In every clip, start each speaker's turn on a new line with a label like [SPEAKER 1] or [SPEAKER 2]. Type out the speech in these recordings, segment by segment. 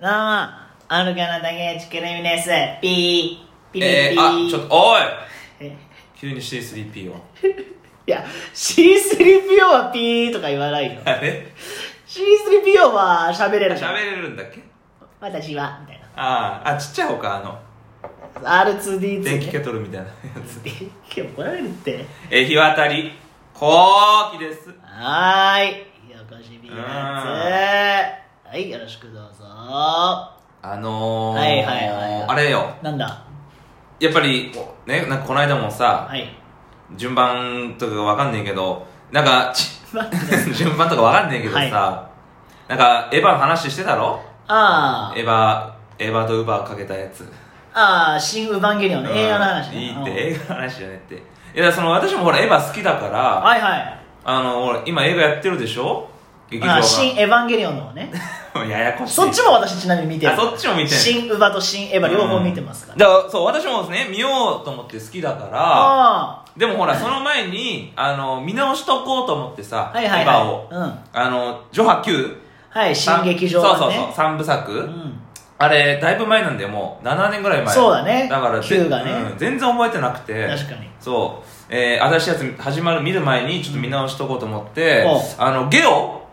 [SPEAKER 1] どうも、歩かな竹内くるみです。ピー。ピーピー
[SPEAKER 2] え
[SPEAKER 1] ピ
[SPEAKER 2] ー、
[SPEAKER 1] ー。
[SPEAKER 2] あちょっとおい
[SPEAKER 1] え
[SPEAKER 2] 急に C3P を
[SPEAKER 1] いや、C3PO はピーとか言わないよ。
[SPEAKER 2] あれ
[SPEAKER 1] C3PO は喋れる
[SPEAKER 2] 喋れるんだっけ
[SPEAKER 1] 私は、みたい
[SPEAKER 2] あーあちっちゃい方かあの
[SPEAKER 1] な。R2D2、ね。
[SPEAKER 2] 電気ケトルみたいなやつ
[SPEAKER 1] 電気怒られるって。
[SPEAKER 2] えー、日渡り後期です
[SPEAKER 1] はーい。横しみやつ。はい、よろしくどうぞ。
[SPEAKER 2] あのー、
[SPEAKER 1] はいはいはい
[SPEAKER 2] あれよ
[SPEAKER 1] なんだ
[SPEAKER 2] やっぱりねなんかこの間もさ
[SPEAKER 1] はい。
[SPEAKER 2] 順番とかわかんねえけどなんかち
[SPEAKER 1] 待って
[SPEAKER 2] 順番とかわかんねえけどさ、なんかエヴァの話してたろ
[SPEAKER 1] あー
[SPEAKER 2] エヴァエヴァとウバーかけたやつ
[SPEAKER 1] あー、新ウヴァンゲリオンの映画の話ね。
[SPEAKER 2] いい
[SPEAKER 1] うん
[SPEAKER 2] って映画の話じゃねっていやだからその私もほらエヴァ好きだから
[SPEAKER 1] はいはい。
[SPEAKER 2] あのほら今映画やってるでしょ劇場
[SPEAKER 1] あ
[SPEAKER 2] が
[SPEAKER 1] ー新エヴァンゲリオンの方ね。
[SPEAKER 2] ややこしい
[SPEAKER 1] そっちも私ちなみに見てる。
[SPEAKER 2] あそっちも見てる
[SPEAKER 1] 新ウヴァと新エヴァ両方見てますから。
[SPEAKER 2] だからそう私もね見ようと思って好きだから
[SPEAKER 1] あ
[SPEAKER 2] でもほらその前にあの見直しとこうと思ってさ
[SPEAKER 1] あ。はいはい
[SPEAKER 2] エヴァを
[SPEAKER 1] はい。うん。
[SPEAKER 2] あのジョハ Q
[SPEAKER 1] はい、新劇場
[SPEAKER 2] そう
[SPEAKER 1] 版
[SPEAKER 2] そうそう
[SPEAKER 1] ね。
[SPEAKER 2] 3部作、
[SPEAKER 1] うん。
[SPEAKER 2] あれだいぶ前なんだよもう7年ぐらい前
[SPEAKER 1] そうだね
[SPEAKER 2] だからぜ
[SPEAKER 1] Q がね
[SPEAKER 2] うん全然覚えてなくて
[SPEAKER 1] 確かに。
[SPEAKER 2] そう、えー、新しいやつ始まる見る前にちょっと見直しとこうと思って、
[SPEAKER 1] う
[SPEAKER 2] あのゲオ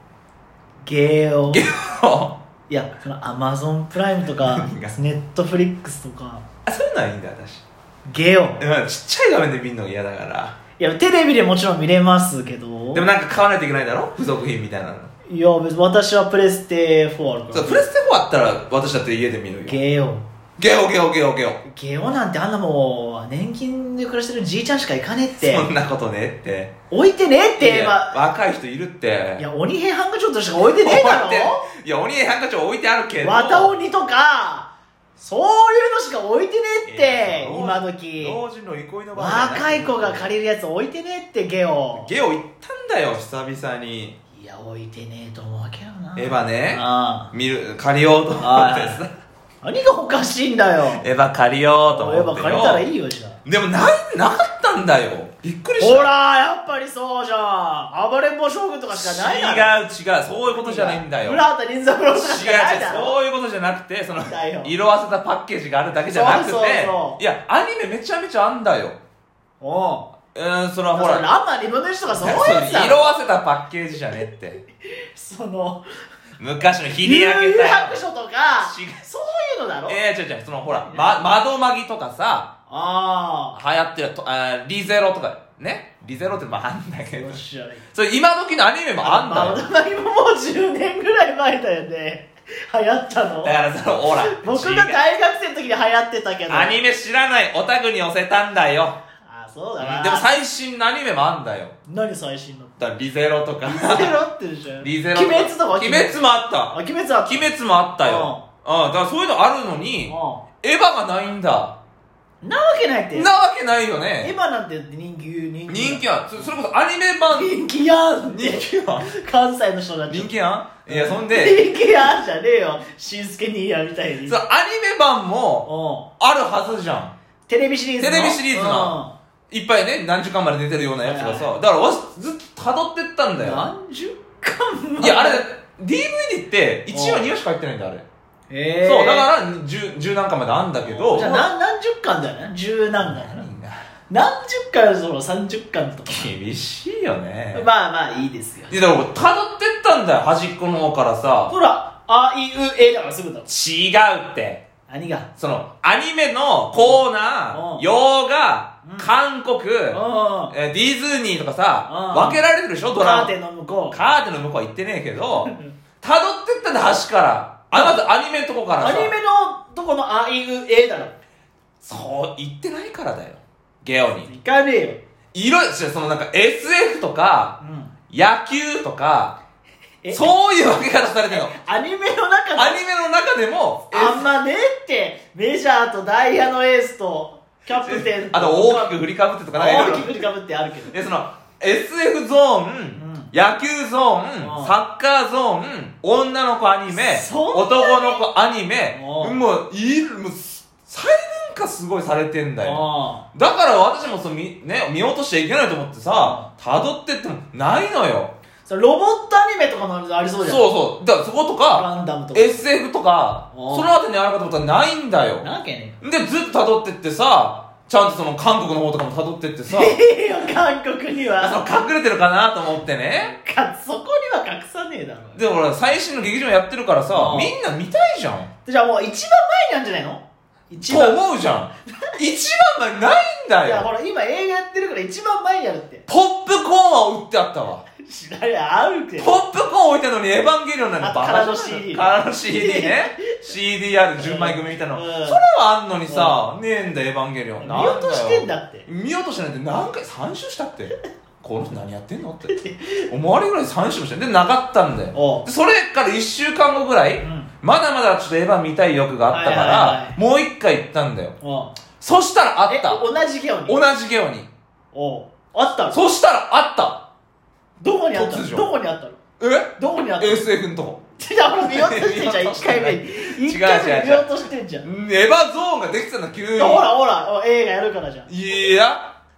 [SPEAKER 1] ゲーオ。
[SPEAKER 2] ゲオ
[SPEAKER 1] いや、そのアマゾンプライムと か
[SPEAKER 2] 何が、
[SPEAKER 1] ネットフリックスとか、
[SPEAKER 2] あそういうのはいいんだ私
[SPEAKER 1] ゲオ。
[SPEAKER 2] うんちっちゃい画面で見るのが嫌だから
[SPEAKER 1] いや、テレビでもちろん見れますけど。
[SPEAKER 2] でもなんか買わないといけないだろ付属品みたいなの
[SPEAKER 1] いや、別に私はプレステ4あるか
[SPEAKER 2] そ
[SPEAKER 1] ら。
[SPEAKER 2] うプレステ4あったら私だって家で見るよゲ
[SPEAKER 1] ゲオ。
[SPEAKER 2] オゲオゲオゲオ
[SPEAKER 1] ゲオなんてあんなもう、年金で暮らしてるじいちゃんしか行かねえって
[SPEAKER 2] そ。んなことねって
[SPEAKER 1] 置いてねえって
[SPEAKER 2] い
[SPEAKER 1] 言え
[SPEAKER 2] や
[SPEAKER 1] ば。
[SPEAKER 2] 若い人いるって
[SPEAKER 1] いや、鬼平ハンカチョウとしか置いてねえだ
[SPEAKER 2] 置い
[SPEAKER 1] ろ
[SPEAKER 2] ていや鬼へハンカチョウ置いてあるけど
[SPEAKER 1] 綿鬼とか、そういうのしか置いてねえって、
[SPEAKER 2] い
[SPEAKER 1] 今
[SPEAKER 2] や
[SPEAKER 1] 時。
[SPEAKER 2] 老人の憩いの場じゃな
[SPEAKER 1] 若い子が借りるやつ置いてねえって、ゲオ。
[SPEAKER 2] ゲオ行ったんだよ久々に
[SPEAKER 1] いや、置いてねえと思うわけよな。
[SPEAKER 2] エヴァね
[SPEAKER 1] ああ。
[SPEAKER 2] 見る借りようと思ってさ
[SPEAKER 1] 何がおかしいんだよ。
[SPEAKER 2] エヴァ借りようと
[SPEAKER 1] エヴ
[SPEAKER 2] 思
[SPEAKER 1] ァ
[SPEAKER 2] ってよ
[SPEAKER 1] 借りたらいいよ、じゃあ。
[SPEAKER 2] でもないなかったんだよびっくりした
[SPEAKER 1] ほらやっぱりそうじゃん暴れん坊将軍とかしかないだろ
[SPEAKER 2] 違う違うそういうことじゃないんだよ違う
[SPEAKER 1] 村畑任三郎とかしかない
[SPEAKER 2] 違う
[SPEAKER 1] だろ
[SPEAKER 2] そういうことじゃなくてその
[SPEAKER 1] だよ
[SPEAKER 2] 色あせたパッケージがあるだけじゃなくて
[SPEAKER 1] そうそうそう
[SPEAKER 2] いやアニメめちゃめちゃあんだよ
[SPEAKER 1] おう
[SPEAKER 2] うーんその
[SPEAKER 1] ほ
[SPEAKER 2] ほ
[SPEAKER 1] ら
[SPEAKER 2] ら
[SPEAKER 1] ランマリブネシとかそういうやつ
[SPEAKER 2] そ
[SPEAKER 1] だ
[SPEAKER 2] の
[SPEAKER 1] ろ
[SPEAKER 2] 色あせたパッケージじゃねって
[SPEAKER 1] その
[SPEAKER 2] 昔のひ
[SPEAKER 1] 幽
[SPEAKER 2] り上げ
[SPEAKER 1] 遊
[SPEAKER 2] た
[SPEAKER 1] 白書とか
[SPEAKER 2] 違う
[SPEAKER 1] そういうのだろ
[SPEAKER 2] えー、違う違うそのほら、ま、窓まぎとかさ
[SPEAKER 1] あ
[SPEAKER 2] 流行ってるとあーリゼロとかねリゼロってまああんだ
[SPEAKER 1] あ
[SPEAKER 2] けど
[SPEAKER 1] よっしゃ
[SPEAKER 2] それ今時のアニメもあんだよ
[SPEAKER 1] ランマリブももう10年ぐらい前だよね流行ったの
[SPEAKER 2] だからそのほら
[SPEAKER 1] 僕
[SPEAKER 2] 違う
[SPEAKER 1] が大学生の時に流行ってたけど
[SPEAKER 2] アニメ知らないオタクに寄せたんだよ
[SPEAKER 1] あそうだな
[SPEAKER 2] でも最新のアニメもあんだよ
[SPEAKER 1] 何最新の
[SPEAKER 2] だからリゼロ とか
[SPEAKER 1] リゼロってるじゃん
[SPEAKER 2] リゼロ
[SPEAKER 1] 鬼滅とか
[SPEAKER 2] 鬼滅もあっ
[SPEAKER 1] あ
[SPEAKER 2] た
[SPEAKER 1] 鬼滅は
[SPEAKER 2] 鬼滅もあったようんだからそういうのあるのに
[SPEAKER 1] う
[SPEAKER 2] エヴァがないんだ
[SPEAKER 1] んなわけないって
[SPEAKER 2] なわけないよね
[SPEAKER 1] 今なんて人気人気
[SPEAKER 2] 人気やんそそれこそアニメ版
[SPEAKER 1] 人気やん
[SPEAKER 2] 人気やん
[SPEAKER 1] 関西の人だって
[SPEAKER 2] 人気やんいやそん
[SPEAKER 1] 人
[SPEAKER 2] で
[SPEAKER 1] 気やんじゃねえよしんすけにいやみたいに
[SPEAKER 2] そうアニメ版も
[SPEAKER 1] う
[SPEAKER 2] あるはずじゃん
[SPEAKER 1] んテレビシリーズの
[SPEAKER 2] テレビシリーズのいっぱいね何時間まで出てるようなやつがさだからわしずっと辿ってったん
[SPEAKER 1] うん
[SPEAKER 2] だよ
[SPEAKER 1] 何十巻も
[SPEAKER 2] いやあれ DVD って1話2話しか入ってないんだあれ
[SPEAKER 1] えー
[SPEAKER 2] そう、だから十十何巻まであんだけど、
[SPEAKER 1] じゃあ何何十巻だよね十何巻だよね
[SPEAKER 2] 何が
[SPEAKER 1] 何十巻その三十巻とか
[SPEAKER 2] 厳しいよ ね。
[SPEAKER 1] まあまあいいですよ
[SPEAKER 2] で、だから俺、辿ってったんだよ、端っこの方からさ。
[SPEAKER 1] ほらあいうえだからすぐだろ
[SPEAKER 2] 違うって。
[SPEAKER 1] 何が
[SPEAKER 2] その、アニメのコー
[SPEAKER 1] う
[SPEAKER 2] ナ
[SPEAKER 1] ん
[SPEAKER 2] ー、洋画
[SPEAKER 1] うん、
[SPEAKER 2] 韓国、
[SPEAKER 1] うん
[SPEAKER 2] えーディズニーとか
[SPEAKER 1] う
[SPEAKER 2] さ、
[SPEAKER 1] ん
[SPEAKER 2] 分けられてるでしょ、ド
[SPEAKER 1] カ
[SPEAKER 2] ラ
[SPEAKER 1] ー
[SPEAKER 2] マ。
[SPEAKER 1] テンの向こう
[SPEAKER 2] カーテンの向こうは行ってねえけど、辿ってったんだよ、端から。あまずアニメのとこから
[SPEAKER 1] ア
[SPEAKER 2] さ。
[SPEAKER 1] ニメのとこのあいうえだろ
[SPEAKER 2] そう、行ってないからだよ。ゲオに。
[SPEAKER 1] 行かねえよ
[SPEAKER 2] いろいろ、そのなんか SF とか、
[SPEAKER 1] うん
[SPEAKER 2] 野球とか、
[SPEAKER 1] え
[SPEAKER 2] そういう分け方されてるの。
[SPEAKER 1] アニメの中
[SPEAKER 2] ア
[SPEAKER 1] で
[SPEAKER 2] ニメの中でも、
[SPEAKER 1] あんまねえってメジャーとダイヤのエースとキャプテンと
[SPEAKER 2] あと大きく振りかぶってとかなんかい
[SPEAKER 1] 大
[SPEAKER 2] ろ
[SPEAKER 1] き
[SPEAKER 2] い
[SPEAKER 1] く振りかぶってあるけど
[SPEAKER 2] ろ。で、その、SF ゾーン、
[SPEAKER 1] ん
[SPEAKER 2] 野球ゾーン、
[SPEAKER 1] うん
[SPEAKER 2] サッカーゾーン、女の子アニメ、
[SPEAKER 1] そんなに
[SPEAKER 2] 男の子アニメ、
[SPEAKER 1] うん
[SPEAKER 2] もう、いる、もう、細分化すごいされてんだよ。
[SPEAKER 1] あ
[SPEAKER 2] だから私もそう、みね、見落としちゃいけないと思ってさ、辿ってっても、ないのよ。
[SPEAKER 1] あそれロボットアニメとかもありそうじゃん
[SPEAKER 2] そうそうだからそことか
[SPEAKER 1] ガンダムとか
[SPEAKER 2] SF とか
[SPEAKER 1] あー
[SPEAKER 2] そのあたりにあるかと思ったらないんだよ
[SPEAKER 1] なわけね
[SPEAKER 2] でずっと辿ってってさちゃんとその韓国の方とかも辿ってっ てさ
[SPEAKER 1] ええよ韓国には
[SPEAKER 2] その隠れてるかなと思ってね
[SPEAKER 1] かそこには隠さねえだろ
[SPEAKER 2] でも俺最新の劇場やってるからさ
[SPEAKER 1] うん
[SPEAKER 2] みんな見たいじゃん
[SPEAKER 1] じゃあもう一番前なんじゃないの一
[SPEAKER 2] と
[SPEAKER 1] 番
[SPEAKER 2] 思うじゃん一番前ないんだ
[SPEAKER 1] いや
[SPEAKER 2] よ
[SPEAKER 1] ほら今映画やってるから一番前にやるって
[SPEAKER 2] ポップコーンは売ってあったわ
[SPEAKER 1] 知られ合うけ
[SPEAKER 2] ポップコーン置いたのにエヴァンゲリオンなんかバカ
[SPEAKER 1] あ空の CD
[SPEAKER 2] 空の CD ね CDR10 枚組みたいな
[SPEAKER 1] う
[SPEAKER 2] のそ
[SPEAKER 1] ん
[SPEAKER 2] れはあんのにさねえんだエヴァンゲリオン
[SPEAKER 1] 見
[SPEAKER 2] なんだよ
[SPEAKER 1] 落としてんだって
[SPEAKER 2] 見落としてないって何回3周したってこの人何やってんのって思われるぐらい3周もしてんでなかったんだよ
[SPEAKER 1] おう
[SPEAKER 2] でそれから1週間後ぐらい、
[SPEAKER 1] うん
[SPEAKER 2] まだまだちょっとエヴァ見たい欲があったから、
[SPEAKER 1] はいはいはい
[SPEAKER 2] もう1回行ったんだよ
[SPEAKER 1] おう
[SPEAKER 2] そしたらあ
[SPEAKER 1] え
[SPEAKER 2] った
[SPEAKER 1] 同じゲオに
[SPEAKER 2] 同じゲオに
[SPEAKER 1] おうあったの
[SPEAKER 2] そしたらあった
[SPEAKER 1] どこにあった
[SPEAKER 2] 突
[SPEAKER 1] の
[SPEAKER 2] 如
[SPEAKER 1] どこにあったの
[SPEAKER 2] え
[SPEAKER 1] どこにあったの
[SPEAKER 2] SF のとこ
[SPEAKER 1] じゃあほら見落としてんじゃん1回目
[SPEAKER 2] 違う
[SPEAKER 1] 1回
[SPEAKER 2] 違う違
[SPEAKER 1] 目
[SPEAKER 2] う
[SPEAKER 1] 見落としてんじゃん
[SPEAKER 2] エ
[SPEAKER 1] い
[SPEAKER 2] ヴァゾーンができてたの急に
[SPEAKER 1] やほらほら映画やるからじゃん
[SPEAKER 2] いや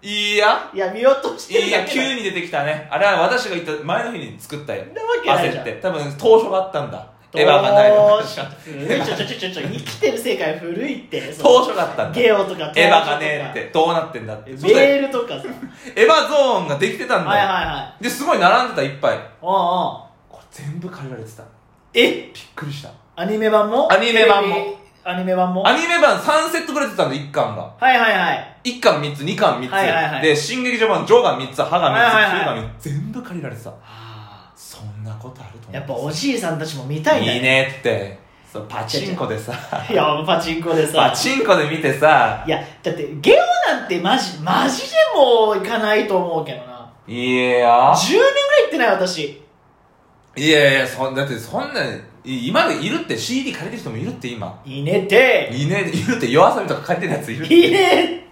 [SPEAKER 2] いや
[SPEAKER 1] いや見落とし
[SPEAKER 2] い
[SPEAKER 1] てんだ
[SPEAKER 2] や
[SPEAKER 1] けど
[SPEAKER 2] 急に出てきたねあれは私が言った前の日に作ったよ
[SPEAKER 1] なわけないじ
[SPEAKER 2] 焦
[SPEAKER 1] ゃ
[SPEAKER 2] っ
[SPEAKER 1] ん
[SPEAKER 2] て多分当初があったんだエヴァがないの
[SPEAKER 1] どうしちょちょちょちょちょ生きてる世界古いってその
[SPEAKER 2] 当初だったんだエ
[SPEAKER 1] ゲオとか
[SPEAKER 2] ヴァがねえってどうなってんだって
[SPEAKER 1] 東
[SPEAKER 2] そ
[SPEAKER 1] 証と
[SPEAKER 2] う
[SPEAKER 1] か
[SPEAKER 2] だよ
[SPEAKER 1] メールとかさ
[SPEAKER 2] エヴァゾーンができてたん
[SPEAKER 1] はいはい
[SPEAKER 2] だよ
[SPEAKER 1] はい
[SPEAKER 2] ですごい並んでたいっぱい
[SPEAKER 1] おうおう
[SPEAKER 2] これ全部借りられてたびっ
[SPEAKER 1] え
[SPEAKER 2] くりした
[SPEAKER 1] アニメ版も
[SPEAKER 2] アニメ版も
[SPEAKER 1] テレビアニメ版もは
[SPEAKER 2] ア
[SPEAKER 1] い
[SPEAKER 2] ニメ版3セットくれてたんだ1巻が
[SPEAKER 1] はいはい
[SPEAKER 2] 1巻3つ2巻3つ、
[SPEAKER 1] はいはいはい
[SPEAKER 2] で新劇場版上巻3つ歯が
[SPEAKER 1] はい
[SPEAKER 2] 3
[SPEAKER 1] は
[SPEAKER 2] つ
[SPEAKER 1] い
[SPEAKER 2] 9
[SPEAKER 1] はい
[SPEAKER 2] 巻3つ全部借りられてたそんなことあると思う
[SPEAKER 1] やっぱおじいさんたちも見たい
[SPEAKER 2] いい
[SPEAKER 1] ね
[SPEAKER 2] ねってそうパチンコでさ
[SPEAKER 1] いやパチンコでさ
[SPEAKER 2] パチンコで見てさ
[SPEAKER 1] いやだってゲオなんてマジマジでもう行かないと思うけどない
[SPEAKER 2] や
[SPEAKER 1] 10年ぐらい行ってない私
[SPEAKER 2] いやいやそんだってそんない今でいるって CD 借りてる人もいるって今
[SPEAKER 1] いねて
[SPEAKER 2] いねいるって夜遊びとか借りてるやついるっ
[SPEAKER 1] い
[SPEAKER 2] て
[SPEAKER 1] ね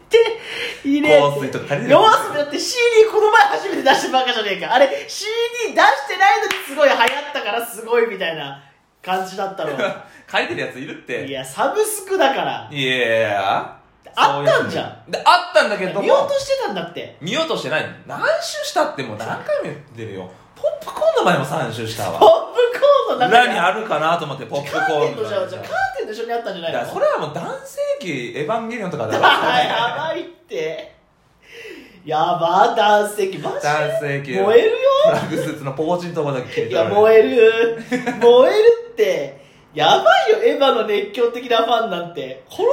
[SPEAKER 1] ていね
[SPEAKER 2] 香
[SPEAKER 1] て
[SPEAKER 2] 水とか借りてる
[SPEAKER 1] 弱
[SPEAKER 2] や
[SPEAKER 1] すだって CD この前初めて出してばっかじゃねえかあれ CD 出してないのにすごい流行ったからすごいみたいな感じだったろ
[SPEAKER 2] つ借りてるやついるって
[SPEAKER 1] いやサブスクだから
[SPEAKER 2] いやいや
[SPEAKER 1] あったんじゃん
[SPEAKER 2] んであったんだけども
[SPEAKER 1] 見落としてたんだって
[SPEAKER 2] 見落としてない何周したってもう何回も言ってるよポップコーンの前も3周した
[SPEAKER 1] ポップ
[SPEAKER 2] わ
[SPEAKER 1] コーンの中
[SPEAKER 2] 裏にあるかなと思ってポップコ
[SPEAKER 1] カーテ
[SPEAKER 2] ー
[SPEAKER 1] ン
[SPEAKER 2] ン
[SPEAKER 1] と
[SPEAKER 2] の
[SPEAKER 1] じゃ
[SPEAKER 2] 中
[SPEAKER 1] あ
[SPEAKER 2] に
[SPEAKER 1] じゃあカー
[SPEAKER 2] さ
[SPEAKER 1] テンと一緒にあったんじゃない
[SPEAKER 2] だ
[SPEAKER 1] の
[SPEAKER 2] からそれはもう男性器エヴァンゲリオンとかだろ
[SPEAKER 1] やばいってやば男性器マジ
[SPEAKER 2] 男性器
[SPEAKER 1] で燃えるよ
[SPEAKER 2] フラグスーツのポーチのとこだけ切れ
[SPEAKER 1] い
[SPEAKER 2] てあ
[SPEAKER 1] や
[SPEAKER 2] る
[SPEAKER 1] 燃え る燃えるってやばいよエヴァの熱狂的なファンなんて殺されるよ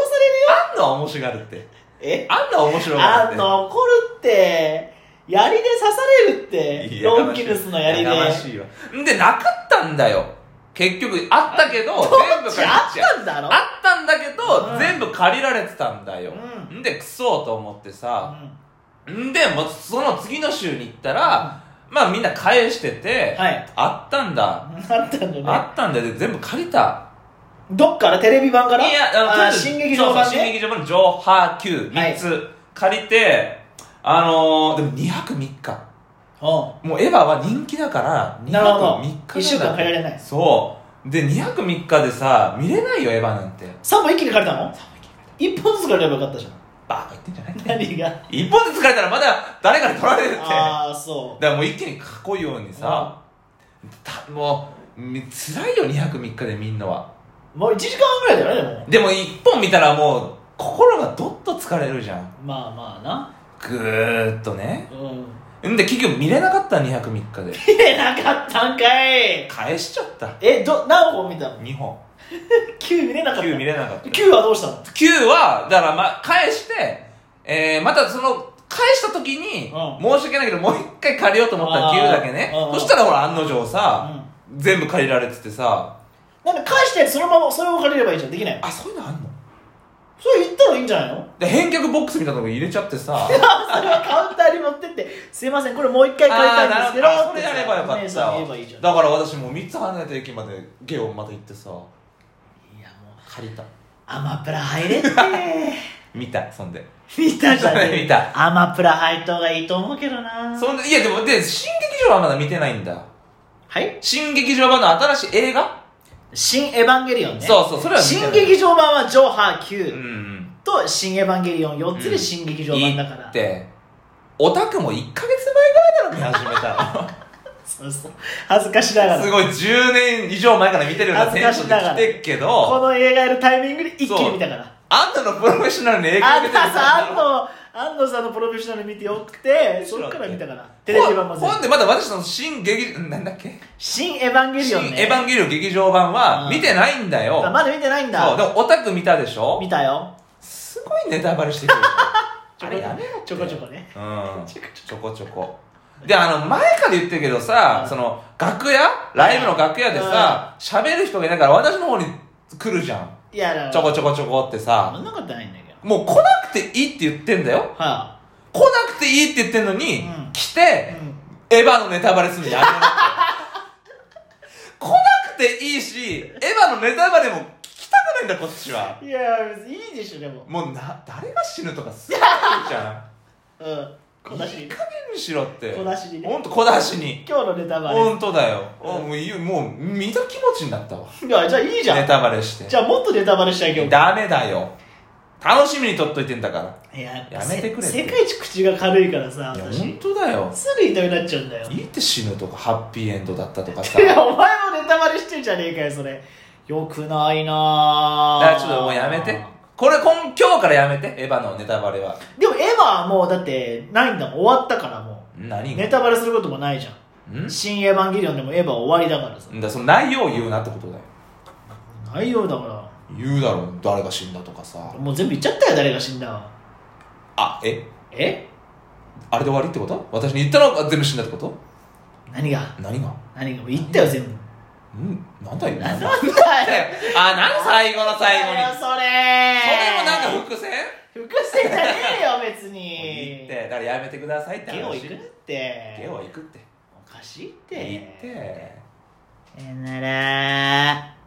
[SPEAKER 2] あんのは面白がるって
[SPEAKER 1] え
[SPEAKER 2] あんのは面白がるっ
[SPEAKER 1] あ
[SPEAKER 2] て
[SPEAKER 1] んの怒るって槍で刺されるって
[SPEAKER 2] いや
[SPEAKER 1] ロンキヌスの槍で
[SPEAKER 2] やかましいわんでなかったんだよ結局あったけど
[SPEAKER 1] 当
[SPEAKER 2] 全部
[SPEAKER 1] 時
[SPEAKER 2] 借り
[SPEAKER 1] あっ
[SPEAKER 2] ちゃう
[SPEAKER 1] たんだろ
[SPEAKER 2] あったんだけ
[SPEAKER 1] う
[SPEAKER 2] ど
[SPEAKER 1] ん
[SPEAKER 2] 全部借りられてたんだよ
[SPEAKER 1] うん
[SPEAKER 2] でクソと思ってさ
[SPEAKER 1] うん
[SPEAKER 2] んでもうその次の週に行ったらまあみんな返してて
[SPEAKER 1] はい
[SPEAKER 2] あったんだ
[SPEAKER 1] あったんだね
[SPEAKER 2] あったんだよで全部借りた
[SPEAKER 1] どっからテレビ版から
[SPEAKER 2] いや、
[SPEAKER 1] あ
[SPEAKER 2] あの
[SPEAKER 1] ー
[SPEAKER 2] とりあえず
[SPEAKER 1] 新劇場版
[SPEAKER 2] そうそう新
[SPEAKER 1] ね
[SPEAKER 2] 劇場版の上波級
[SPEAKER 1] はい
[SPEAKER 2] 3つ借りて、あのー、でも2泊3日。
[SPEAKER 1] うん
[SPEAKER 2] もうエヴァは人気だから、2
[SPEAKER 1] なるほど
[SPEAKER 2] 泊3日なんだ
[SPEAKER 1] 一週間借りられない
[SPEAKER 2] そう。で、2泊3日でさ、見れないよ、エヴァなんて。
[SPEAKER 1] 3本一気に借りたの1本ずつ借りればよかったじゃん
[SPEAKER 2] バカ言ってんじゃ ない
[SPEAKER 1] 何が
[SPEAKER 2] 一本ずつ借りたらまだ誰かに取られるって。だか
[SPEAKER 1] ああそ
[SPEAKER 2] らもう一気にかっこいいようにさ、たもう、み辛いよ、2泊3日でみんなは。
[SPEAKER 1] うもう1時間半ぐらいだよねでも
[SPEAKER 2] でも1本見たらもう、心がどっと疲れるじゃん。
[SPEAKER 1] まあま
[SPEAKER 2] ぐーっとね。
[SPEAKER 1] あなうん
[SPEAKER 2] んで結局見れなかった2泊3日で
[SPEAKER 1] 見れなかったんかい
[SPEAKER 2] 返しちゃった
[SPEAKER 1] えど何本見たの
[SPEAKER 2] 2本
[SPEAKER 1] 9見れなかった
[SPEAKER 2] 9見れなかった
[SPEAKER 1] 9はどうしたの
[SPEAKER 2] 9はだからまあ返して、えー、またその返した時に、
[SPEAKER 1] う
[SPEAKER 2] 申し訳ないけどもう一回借りようと思ったら
[SPEAKER 1] あー
[SPEAKER 2] 9だけね
[SPEAKER 1] うんうん
[SPEAKER 2] そしたらほら案の定さ、
[SPEAKER 1] うん
[SPEAKER 2] 全部借りられててさ
[SPEAKER 1] なんか返したやつそのままそれを借りればいいじゃんできないの
[SPEAKER 2] あそういうのあんの
[SPEAKER 1] それ言ったらいいんじゃないの
[SPEAKER 2] で返却ボックスみたいなとこ入れちゃってさ
[SPEAKER 1] それはカウンターに持ってって「すいませんこれもう一回借りたいんですけど」
[SPEAKER 2] あーなるほどあそれやればよかったわ
[SPEAKER 1] お姉さんに言えばいいじゃんい
[SPEAKER 2] だから私もう3つ離れた駅までゲオンまた行ってさ
[SPEAKER 1] やもう
[SPEAKER 2] 借りた
[SPEAKER 1] アマプラ入れって
[SPEAKER 2] 見たそんで
[SPEAKER 1] 見たじゃねえ
[SPEAKER 2] 見た
[SPEAKER 1] アマプラ入った方がいいと思うけどな
[SPEAKER 2] そんでいやでもで新劇場はまだ見てないんだ
[SPEAKER 1] はい
[SPEAKER 2] 新劇場版の新しい映画
[SPEAKER 1] 新エヴァンゲリオンね
[SPEAKER 2] そうそうそれは見てな
[SPEAKER 1] 新
[SPEAKER 2] い
[SPEAKER 1] 劇場版は「ジョーハー
[SPEAKER 2] う
[SPEAKER 1] Q
[SPEAKER 2] ん」
[SPEAKER 1] と「新エヴァンゲリオン」4つで新劇場版だから、
[SPEAKER 2] ってオタクも1ヶ月前ぐらいだろ見始めたの
[SPEAKER 1] そうそう恥ずかしながら
[SPEAKER 2] すごい10年以上前から見てるような
[SPEAKER 1] 恥
[SPEAKER 2] テ
[SPEAKER 1] ずか
[SPEAKER 2] ン
[SPEAKER 1] し
[SPEAKER 2] ション
[SPEAKER 1] ながら
[SPEAKER 2] で来てっけ
[SPEAKER 1] こ
[SPEAKER 2] ど
[SPEAKER 1] の映画やるタイミングで一気に見たから
[SPEAKER 2] あんたのプロフェッショナルに影響
[SPEAKER 1] 安
[SPEAKER 2] 受け
[SPEAKER 1] 藤
[SPEAKER 2] てる
[SPEAKER 1] さん安藤安藤さんのプロフェッショナル見てよくてそっから見たからテレビ版も全
[SPEAKER 2] ほんほ
[SPEAKER 1] 部
[SPEAKER 2] んでまだ私の新劇なんだっけ
[SPEAKER 1] 新エヴァンゲリオン
[SPEAKER 2] 新
[SPEAKER 1] ね
[SPEAKER 2] エヴァンゲリオン劇場版は
[SPEAKER 1] うん
[SPEAKER 2] 見てないんだよ
[SPEAKER 1] あまだ見てないん
[SPEAKER 2] そうで
[SPEAKER 1] だ
[SPEAKER 2] もオタク見たでしょ
[SPEAKER 1] 見たよ
[SPEAKER 2] すごいネタバレしてくる
[SPEAKER 1] ちょ
[SPEAKER 2] あ
[SPEAKER 1] こ
[SPEAKER 2] れやめろって
[SPEAKER 1] ちょこちょこね
[SPEAKER 2] うん
[SPEAKER 1] ちょこ
[SPEAKER 2] ちょこちょこであの前から言ってるけどさ
[SPEAKER 1] うん
[SPEAKER 2] その楽屋ライブの楽屋でさ喋る人がいないから私の方に来るじゃん
[SPEAKER 1] いやだ
[SPEAKER 2] ちょこち
[SPEAKER 1] ょ
[SPEAKER 2] ょこちょこってさ
[SPEAKER 1] そんなことないんだけど
[SPEAKER 2] もう来なくていいって言ってんだよ
[SPEAKER 1] は
[SPEAKER 2] 来なくていいって言ってんのに、
[SPEAKER 1] うん
[SPEAKER 2] 来
[SPEAKER 1] あ
[SPEAKER 2] て
[SPEAKER 1] う、ん
[SPEAKER 2] エヴァのネタバレするのやめろって来なくていいしエヴァのネタバレも聞きたくないんだこっちはい
[SPEAKER 1] や別にいいでしょでも
[SPEAKER 2] もうな誰が死ぬとかすごいじゃ ん
[SPEAKER 1] うん小出し
[SPEAKER 2] いい
[SPEAKER 1] に
[SPEAKER 2] 加減にしろって
[SPEAKER 1] 小出しにね
[SPEAKER 2] ほんと小出しに
[SPEAKER 1] 今日のネタバレ
[SPEAKER 2] ほんとだよ、
[SPEAKER 1] うん
[SPEAKER 2] あもういいよもう見た気持ちになったわ
[SPEAKER 1] いやじゃあいいじゃ
[SPEAKER 2] ネ
[SPEAKER 1] ん
[SPEAKER 2] タバレして
[SPEAKER 1] じゃあもっとネタバレしたい今日
[SPEAKER 2] ダメだよ楽しみにとっといてんだか
[SPEAKER 1] いや
[SPEAKER 2] やめてくれって
[SPEAKER 1] せ世界一口が軽いからさ
[SPEAKER 2] らいやほん
[SPEAKER 1] 私
[SPEAKER 2] とだよ
[SPEAKER 1] すぐ痛くなっちゃうんだよ
[SPEAKER 2] いいって死ぬとかハッピーエンドだったとかさ
[SPEAKER 1] いやお前もネタバレしてんじゃねえかよそれよくないな
[SPEAKER 2] だからちょっともうやめてこれ今今日からやめてエヴァのネタバレは
[SPEAKER 1] でもエヴァはもうだってないんだもん終わったからもう
[SPEAKER 2] 何が
[SPEAKER 1] ネタバレすることもないじゃん
[SPEAKER 2] ん
[SPEAKER 1] 新エヴァンゲリオンでもエヴァ終わりだからさ
[SPEAKER 2] だからその内容を言うなってことだよ
[SPEAKER 1] 内容だか
[SPEAKER 2] 言うだろう誰が死んだとかさ
[SPEAKER 1] らもう全部言っちゃったよ誰が死んだは
[SPEAKER 2] あえ
[SPEAKER 1] え
[SPEAKER 2] あれで終わりってこと私に言ったのが全部死んだってこと
[SPEAKER 1] 何が
[SPEAKER 2] 何が
[SPEAKER 1] 何がもう言ったよ全部
[SPEAKER 2] うんなんだよ
[SPEAKER 1] な
[SPEAKER 2] なんん
[SPEAKER 1] だ
[SPEAKER 2] だ
[SPEAKER 1] よ
[SPEAKER 2] よあ何最後の最後に
[SPEAKER 1] なんだよそれ
[SPEAKER 2] それ もなんか伏線
[SPEAKER 1] 伏線じゃねえよ別
[SPEAKER 2] いい
[SPEAKER 1] に
[SPEAKER 2] ってだからやめてくださいって話
[SPEAKER 1] ゲオ行くって
[SPEAKER 2] ゲオ行くって
[SPEAKER 1] おかしいって
[SPEAKER 2] 言って
[SPEAKER 1] さよなら